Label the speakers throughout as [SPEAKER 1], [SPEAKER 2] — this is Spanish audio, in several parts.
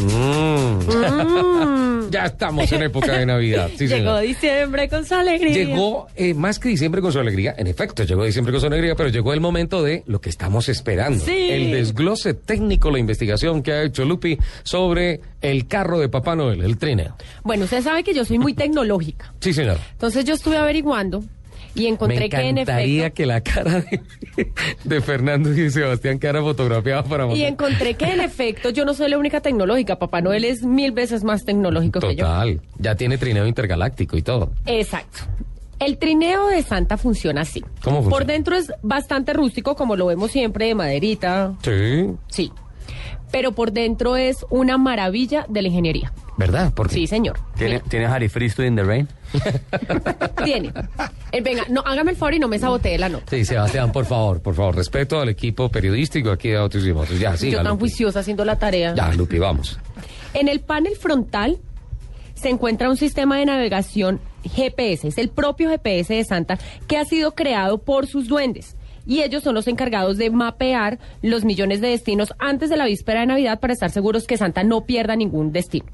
[SPEAKER 1] Mm.
[SPEAKER 2] Ya estamos en época de Navidad. Sí,
[SPEAKER 1] Llegó
[SPEAKER 2] señor.
[SPEAKER 1] diciembre con su alegría.
[SPEAKER 2] Llegó eh, más que diciembre con su alegría. En efecto, llegó diciembre con su alegría, pero llegó el momento de lo que estamos esperando.
[SPEAKER 1] Sí.
[SPEAKER 2] El desglose técnico, la investigación que ha hecho Lupi sobre el carro de Papá Noel, el trineo.
[SPEAKER 1] Bueno, usted sabe que yo soy muy tecnológica.
[SPEAKER 2] Sí, señor.
[SPEAKER 1] Entonces yo estuve averiguando y encontré
[SPEAKER 2] Me
[SPEAKER 1] que en
[SPEAKER 2] encantaría
[SPEAKER 1] efecto...
[SPEAKER 2] que la cara de, de Fernando y Sebastián quedara fotografiada para
[SPEAKER 1] Y
[SPEAKER 2] mostrar.
[SPEAKER 1] encontré que en efecto yo no soy la única tecnológica. Papá Noel es mil veces más tecnológico que yo.
[SPEAKER 2] Total. Ya tiene trineo intergaláctico y todo.
[SPEAKER 1] Exacto. El trineo de Santa funciona así.
[SPEAKER 2] ¿Cómo funciona?
[SPEAKER 1] Por dentro es bastante rústico, como lo vemos siempre, de maderita.
[SPEAKER 2] Sí.
[SPEAKER 1] Sí. Pero por dentro es una maravilla de la ingeniería.
[SPEAKER 2] ¿Verdad? Porque
[SPEAKER 1] Sí, señor.
[SPEAKER 3] ¿Tiene, ¿Tiene Harry Freestyle in the Rain?
[SPEAKER 1] Tiene. Eh, venga, no, hágame el favor y no me sabotee la nota.
[SPEAKER 2] Sí, Sebastián, por favor, por favor, respeto al equipo periodístico aquí de Autos y Motos. Ya, sí, pues.
[SPEAKER 1] Yo tan juiciosa haciendo la tarea.
[SPEAKER 2] Ya, Lupi, vamos.
[SPEAKER 1] En el panel frontal se encuentra un sistema de navegación GPS, es el propio GPS de Santa que ha sido creado por sus duendes. Y ellos son los encargados de mapear los millones de destinos antes de la víspera de Navidad para estar seguros que Santa no pierda ningún destino.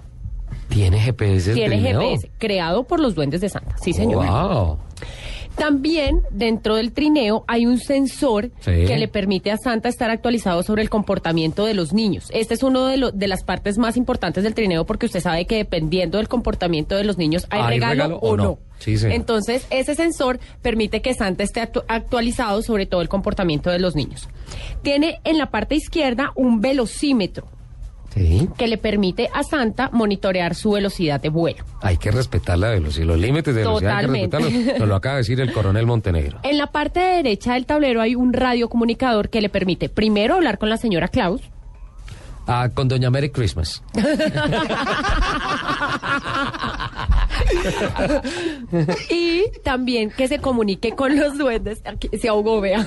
[SPEAKER 2] ¿Tiene GPS? el
[SPEAKER 1] Tiene
[SPEAKER 2] trineo?
[SPEAKER 1] GPS creado por los duendes de Santa. Sí, señor.
[SPEAKER 2] Wow.
[SPEAKER 1] También dentro del trineo hay un sensor
[SPEAKER 2] Sí.
[SPEAKER 1] que le permite a Santa estar actualizado sobre el comportamiento de los niños. Este es uno de, lo- de las partes más importantes del trineo porque usted sabe que dependiendo del comportamiento de los niños hay, regalo, o no.
[SPEAKER 2] Sí, señor.
[SPEAKER 1] Entonces, ese sensor permite que Santa esté actu- actualizado sobre todo el comportamiento de los niños. Tiene en la parte izquierda un velocímetro
[SPEAKER 2] Sí.
[SPEAKER 1] que le permite a Santa monitorear su velocidad de vuelo.
[SPEAKER 2] Hay que respetar la velocidad, los límites de velocidad hay que
[SPEAKER 1] Totalmente.
[SPEAKER 2] respetarlos. Nos lo acaba de decir el coronel Montenegro.
[SPEAKER 1] En la parte derecha del tablero hay un radiocomunicador que le permite primero hablar con la señora Klaus.
[SPEAKER 2] Ah, con Doña Merry Christmas.
[SPEAKER 1] Y también que se comunique con los duendes. Aquí se ahogó, vea.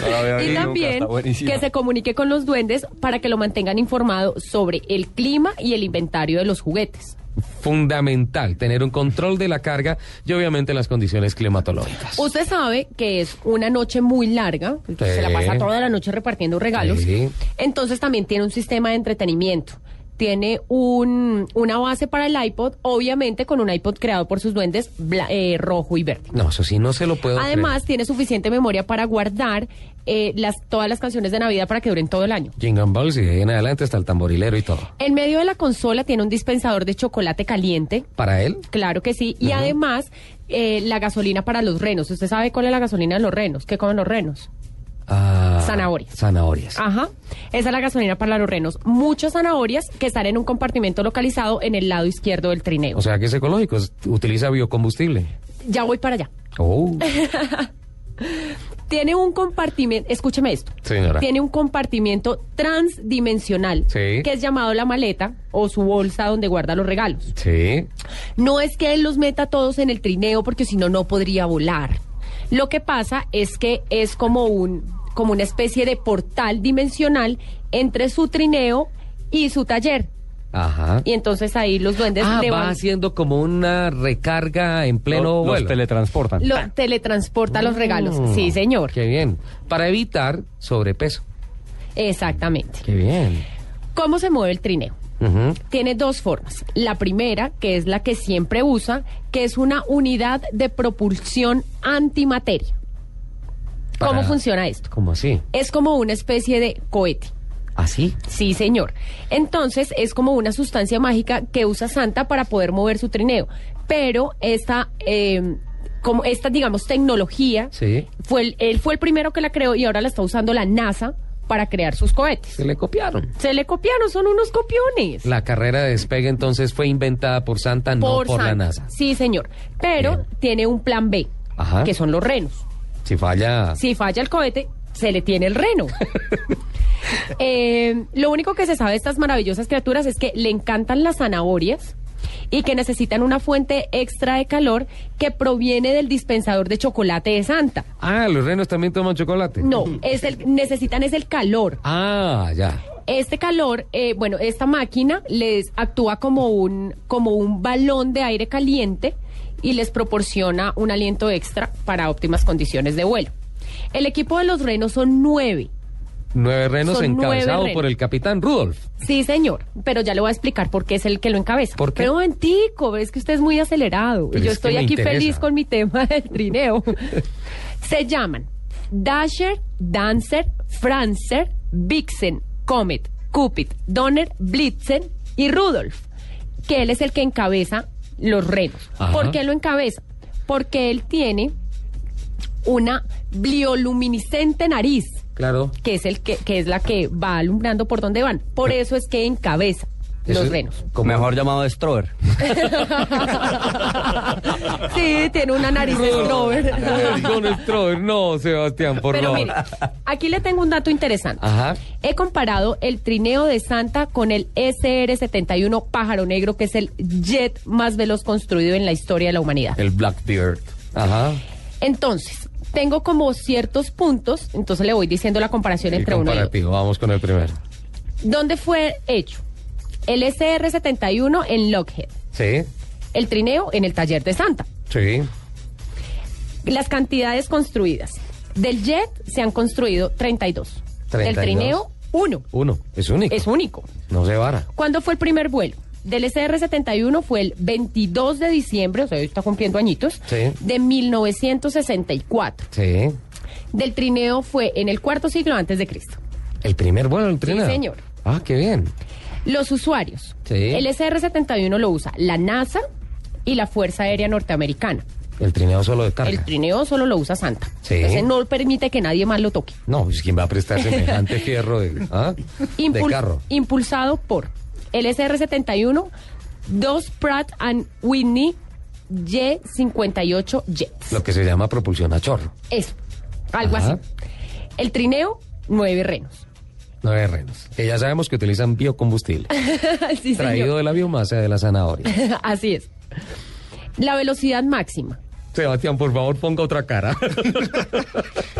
[SPEAKER 3] No la veo
[SPEAKER 1] y
[SPEAKER 3] venir nunca,
[SPEAKER 1] también
[SPEAKER 3] está buenísima.
[SPEAKER 1] que se comunique con los duendes para que lo mantengan informado sobre el clima y el inventario de los juguetes.
[SPEAKER 2] Fundamental tener un control de la carga y obviamente las condiciones climatológicas.
[SPEAKER 1] Usted sabe que es una noche muy larga,
[SPEAKER 2] Sí.
[SPEAKER 1] se la pasa toda la noche repartiendo regalos.
[SPEAKER 2] Sí.
[SPEAKER 1] Entonces también tiene un sistema de entretenimiento. Tiene un, una base para el iPod, obviamente con un iPod creado por sus duendes bla- eh, rojo y verde.
[SPEAKER 2] No, eso sí, no se lo puedo
[SPEAKER 1] Además,
[SPEAKER 2] creer.
[SPEAKER 1] tiene suficiente memoria para guardar eh, las, todas las canciones de Navidad para que duren todo el año.
[SPEAKER 2] Jingle Balls y de ahí en adelante hasta el tamborilero y todo.
[SPEAKER 1] En medio de la consola tiene un dispensador de chocolate caliente.
[SPEAKER 2] ¿Para él?
[SPEAKER 1] Claro que sí. Y además, eh, la gasolina para los renos. ¿Usted sabe cuál es la gasolina de los renos? ¿Qué comen los renos?
[SPEAKER 2] Ah,
[SPEAKER 1] Zanahorias. Ah.
[SPEAKER 2] Zanahorias.
[SPEAKER 1] Ajá. Esa es la gasolina para los renos. Muchas zanahorias que están en un compartimento localizado en el lado izquierdo del trineo.
[SPEAKER 2] O sea que es ecológico, es- utiliza biocombustible.
[SPEAKER 1] Ya voy para allá.
[SPEAKER 2] Oh,
[SPEAKER 1] Tiene un compartimento, escúcheme esto.
[SPEAKER 2] señora.
[SPEAKER 1] Tiene un compartimiento transdimensional
[SPEAKER 2] Sí.
[SPEAKER 1] que es llamado la maleta o su bolsa donde guarda los regalos.
[SPEAKER 2] Sí.
[SPEAKER 1] No es que él los meta todos en el trineo porque si no no podría volar. Lo que pasa es que es como un como una especie de portal dimensional entre su trineo y su taller.
[SPEAKER 2] Ajá.
[SPEAKER 1] Y entonces ahí los duendes
[SPEAKER 2] Ah,
[SPEAKER 1] le
[SPEAKER 2] va
[SPEAKER 1] van
[SPEAKER 2] haciendo como una recarga en pleno
[SPEAKER 3] Lo- los
[SPEAKER 2] vuelo.
[SPEAKER 3] teletransportan.
[SPEAKER 1] lo teletransporta los regalos. Sí, señor.
[SPEAKER 2] Mm. Qué bien. Para evitar sobrepeso.
[SPEAKER 1] Exactamente.
[SPEAKER 2] Qué bien.
[SPEAKER 1] ¿Cómo se mueve el trineo?
[SPEAKER 2] Ujú.
[SPEAKER 1] Tiene dos formas. La primera, que es la que siempre usa, que es una unidad de propulsión antimateria.
[SPEAKER 2] Para-
[SPEAKER 1] ¿Cómo funciona esto?
[SPEAKER 2] ¿Cómo así?
[SPEAKER 1] Es como una especie de cohete.
[SPEAKER 2] ¿Así?
[SPEAKER 1] Sí, señor. Entonces es como una sustancia mágica que usa Santa para poder mover su trineo. Pero esta, eh, como esta, digamos, tecnología,
[SPEAKER 2] Sí.
[SPEAKER 1] fue el- él fue el primero que la creó y ahora la está usando la NASA para crear sus cohetes.
[SPEAKER 2] Se le copiaron.
[SPEAKER 1] Se le copiaron, son unos copiones.
[SPEAKER 2] La carrera de despegue entonces fue inventada por Santa, no por la
[SPEAKER 1] Santa.
[SPEAKER 2] NASA.
[SPEAKER 1] Sí, señor. Pero
[SPEAKER 2] Bien.
[SPEAKER 1] tiene un plan B,
[SPEAKER 2] Ajá. Ah.
[SPEAKER 1] que son los renos.
[SPEAKER 2] Si falla.
[SPEAKER 1] Si falla el cohete, se le tiene el reno. Eh, lo único que se sabe de estas maravillosas criaturas es que le encantan las zanahorias y que necesitan una fuente extra de calor que proviene del dispensador de chocolate de Santa.
[SPEAKER 2] Ah, los renos también toman chocolate.
[SPEAKER 1] No, es el, necesitan es el calor.
[SPEAKER 2] Ah, ya.
[SPEAKER 1] Este calor, eh, bueno, esta máquina les actúa como un, como un balón de aire caliente y les proporciona un aliento extra para óptimas condiciones de vuelo. El equipo de los renos son nueve.
[SPEAKER 2] Nueve renos
[SPEAKER 1] Son nueve
[SPEAKER 2] encabezados
[SPEAKER 1] renos.
[SPEAKER 2] por el capitán Rudolf.
[SPEAKER 1] Sí, señor, pero ya le voy a explicar por qué es el que lo encabeza.
[SPEAKER 2] ¿Por qué?
[SPEAKER 1] Pero un momentico, es que usted es muy acelerado
[SPEAKER 2] Pero
[SPEAKER 1] y yo
[SPEAKER 2] es que
[SPEAKER 1] estoy
[SPEAKER 2] me
[SPEAKER 1] aquí
[SPEAKER 2] interesa.
[SPEAKER 1] feliz con mi tema del trineo. Se llaman Dasher, Dancer, Francer, Vixen, Comet, Cupid, Donner, Blitzen y Rudolf, que él es el que encabeza los renos.
[SPEAKER 2] Ajá.
[SPEAKER 1] ¿Por qué lo encabeza? Porque él tiene una bioluminiscente nariz
[SPEAKER 2] Claro.
[SPEAKER 1] que es el que, que es la que va alumbrando por donde van. Por eso es que encabeza
[SPEAKER 2] Eso
[SPEAKER 1] los
[SPEAKER 2] Ah. es-
[SPEAKER 1] renos.
[SPEAKER 2] ¿Cómo?
[SPEAKER 3] Mejor llamado Strover.
[SPEAKER 1] sí, tiene una nariz de
[SPEAKER 2] Eh,
[SPEAKER 1] Strover.
[SPEAKER 2] Con el Strover, no, Sebastián, por
[SPEAKER 1] Pero
[SPEAKER 2] favor.
[SPEAKER 1] mire, aquí le tengo un dato interesante.
[SPEAKER 2] Ajá.
[SPEAKER 1] He comparado el trineo de Santa con el SR-71 Pájaro Negro, que es el jet más veloz construido en la historia de la humanidad.
[SPEAKER 2] El Blackbeard. Ajá.
[SPEAKER 1] Entonces, tengo como ciertos puntos, entonces le voy diciendo la comparación
[SPEAKER 2] El
[SPEAKER 1] entre uno y otro.
[SPEAKER 2] comparativo, vamos con el primero.
[SPEAKER 1] ¿Dónde fue hecho? El SR-71 en Lockheed.
[SPEAKER 2] Sí,
[SPEAKER 1] el trineo en el taller de Santa.
[SPEAKER 2] sí.
[SPEAKER 1] Las cantidades construidas. Del jet se han construido 32. Del
[SPEAKER 2] 32.
[SPEAKER 1] trineo, uno.
[SPEAKER 2] Uno, es único.
[SPEAKER 1] Es único.
[SPEAKER 2] No se vara.
[SPEAKER 1] ¿Cuándo fue el primer vuelo? Del SR-71 fue el 22 de diciembre, o sea, hoy está cumpliendo añitos,
[SPEAKER 2] Sí.
[SPEAKER 1] de 1964.
[SPEAKER 2] Sí.
[SPEAKER 1] Del trineo fue en el cuarto siglo antes de Cristo.
[SPEAKER 2] El primer vuelo del trineo.
[SPEAKER 1] señor.
[SPEAKER 2] Ah, qué bien.
[SPEAKER 1] Los usuarios.
[SPEAKER 2] Sí.
[SPEAKER 1] El SR-71 lo usa la NASA y la Fuerza Aérea Norteamericana.
[SPEAKER 2] El trineo solo de carga.
[SPEAKER 1] El trineo solo lo usa Santa.
[SPEAKER 2] Sí.
[SPEAKER 1] Entonces no permite que nadie más lo toque.
[SPEAKER 2] No, pues, ¿quién va a prestar semejante fierro de, ah? de
[SPEAKER 1] Impul-
[SPEAKER 2] carro?
[SPEAKER 1] Impulsado por el SR-71, dos Pratt and Whitney Y-58 Jets.
[SPEAKER 2] Lo que se llama propulsión a chorro.
[SPEAKER 1] Eso, algo
[SPEAKER 2] Ajá.
[SPEAKER 1] así. El trineo, nueve renos.
[SPEAKER 2] Nueve renos. Que ya sabemos que utilizan biocombustible.
[SPEAKER 1] Sí, señor.
[SPEAKER 2] traído de la biomasa de la zanahoria.
[SPEAKER 1] Así es. La velocidad máxima.
[SPEAKER 2] Sebastián, por favor, ponga otra cara.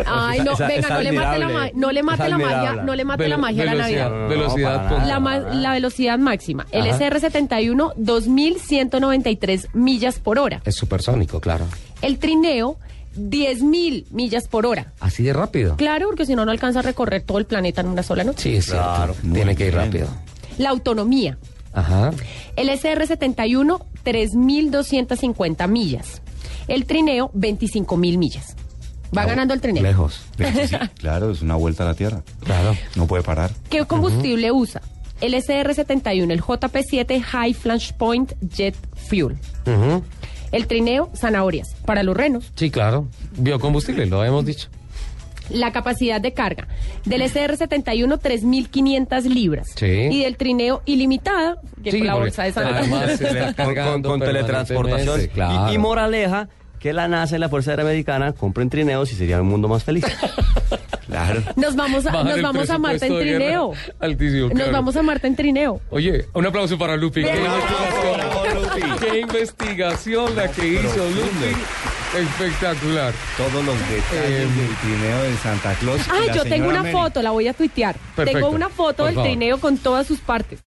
[SPEAKER 1] Ay,
[SPEAKER 3] esa-
[SPEAKER 1] no,
[SPEAKER 3] esa-
[SPEAKER 1] venga,
[SPEAKER 3] esa
[SPEAKER 1] no le mate la
[SPEAKER 3] admirable.
[SPEAKER 1] magia, no le mate
[SPEAKER 3] Esa
[SPEAKER 1] la magia,
[SPEAKER 3] admirable. Ah.
[SPEAKER 1] no le mate la
[SPEAKER 2] Velo-
[SPEAKER 1] magia a la
[SPEAKER 2] velocidad,
[SPEAKER 1] Navidad.
[SPEAKER 2] Velocidad,
[SPEAKER 3] No, para
[SPEAKER 2] ponga-
[SPEAKER 3] nada.
[SPEAKER 1] La, ma- la velocidad máxima. El
[SPEAKER 2] Ajá.
[SPEAKER 1] SR-71, 2.193 millas por hora.
[SPEAKER 2] Es supersónico, claro.
[SPEAKER 1] El trineo, 10.000 millas por hora.
[SPEAKER 2] Así de rápido.
[SPEAKER 1] Claro, porque si no, no alcanza a recorrer todo el planeta en una sola noche.
[SPEAKER 2] Sí, es cierto.
[SPEAKER 3] Claro, muy
[SPEAKER 2] Tiene que ir
[SPEAKER 3] bien.
[SPEAKER 2] rápido.
[SPEAKER 1] La autonomía.
[SPEAKER 2] Ajá.
[SPEAKER 1] El SR-71, 3.250 millas. El trineo, 25.000 millas. Va ganando el trineo.
[SPEAKER 2] Lejos.
[SPEAKER 4] Claro, es una vuelta a la Tierra.
[SPEAKER 2] Claro.
[SPEAKER 4] No puede parar.
[SPEAKER 1] ¿Qué combustible usa? El SR-71, el JP-7 High Flash Point Jet Fuel.
[SPEAKER 2] Ujú.
[SPEAKER 1] El trineo, zanahorias, para los renos.
[SPEAKER 2] Sí, claro. Biocombustible, lo habíamos dicho.
[SPEAKER 1] La capacidad de carga del SR-71, 3.500 libras.
[SPEAKER 2] Sí.
[SPEAKER 1] Y del trineo ilimitada, que
[SPEAKER 2] Sí,
[SPEAKER 1] con la
[SPEAKER 2] porque
[SPEAKER 1] bolsa de zanahorias.
[SPEAKER 2] además se está
[SPEAKER 3] Con- con,
[SPEAKER 2] cargando
[SPEAKER 3] con teletransportación.
[SPEAKER 2] permanentemente, Claro.
[SPEAKER 3] Y, y moraleja, que la NASA y la Fuerza Aérea Americana compren trineos y sería un mundo más feliz.
[SPEAKER 4] Claro.
[SPEAKER 1] Nos vamos a,
[SPEAKER 2] Bajar
[SPEAKER 1] nos
[SPEAKER 2] el
[SPEAKER 1] vamos a Marta en
[SPEAKER 2] presupuesto de guerra.
[SPEAKER 1] trineo.
[SPEAKER 2] Altísimo,
[SPEAKER 1] Nos
[SPEAKER 2] claro.
[SPEAKER 1] vamos a Marta en trineo.
[SPEAKER 2] Oye, un aplauso para Lupi.
[SPEAKER 1] Bien.
[SPEAKER 2] Qué
[SPEAKER 1] Un
[SPEAKER 4] aplauso, bravo,
[SPEAKER 2] investigación,
[SPEAKER 4] Lupi.
[SPEAKER 2] qué investigación la que hizo Lupi. Espectacular.
[SPEAKER 4] Todos los
[SPEAKER 3] Eh,
[SPEAKER 4] detalles del trineo de Santa Claus. y
[SPEAKER 1] Ah,
[SPEAKER 4] la
[SPEAKER 1] yo tengo
[SPEAKER 4] señora
[SPEAKER 1] una
[SPEAKER 4] Mary.
[SPEAKER 1] foto, la voy a tuitear.
[SPEAKER 2] Perfecto,
[SPEAKER 1] Tengo una foto
[SPEAKER 2] por
[SPEAKER 1] del
[SPEAKER 2] favor.
[SPEAKER 1] trineo con todas sus partes.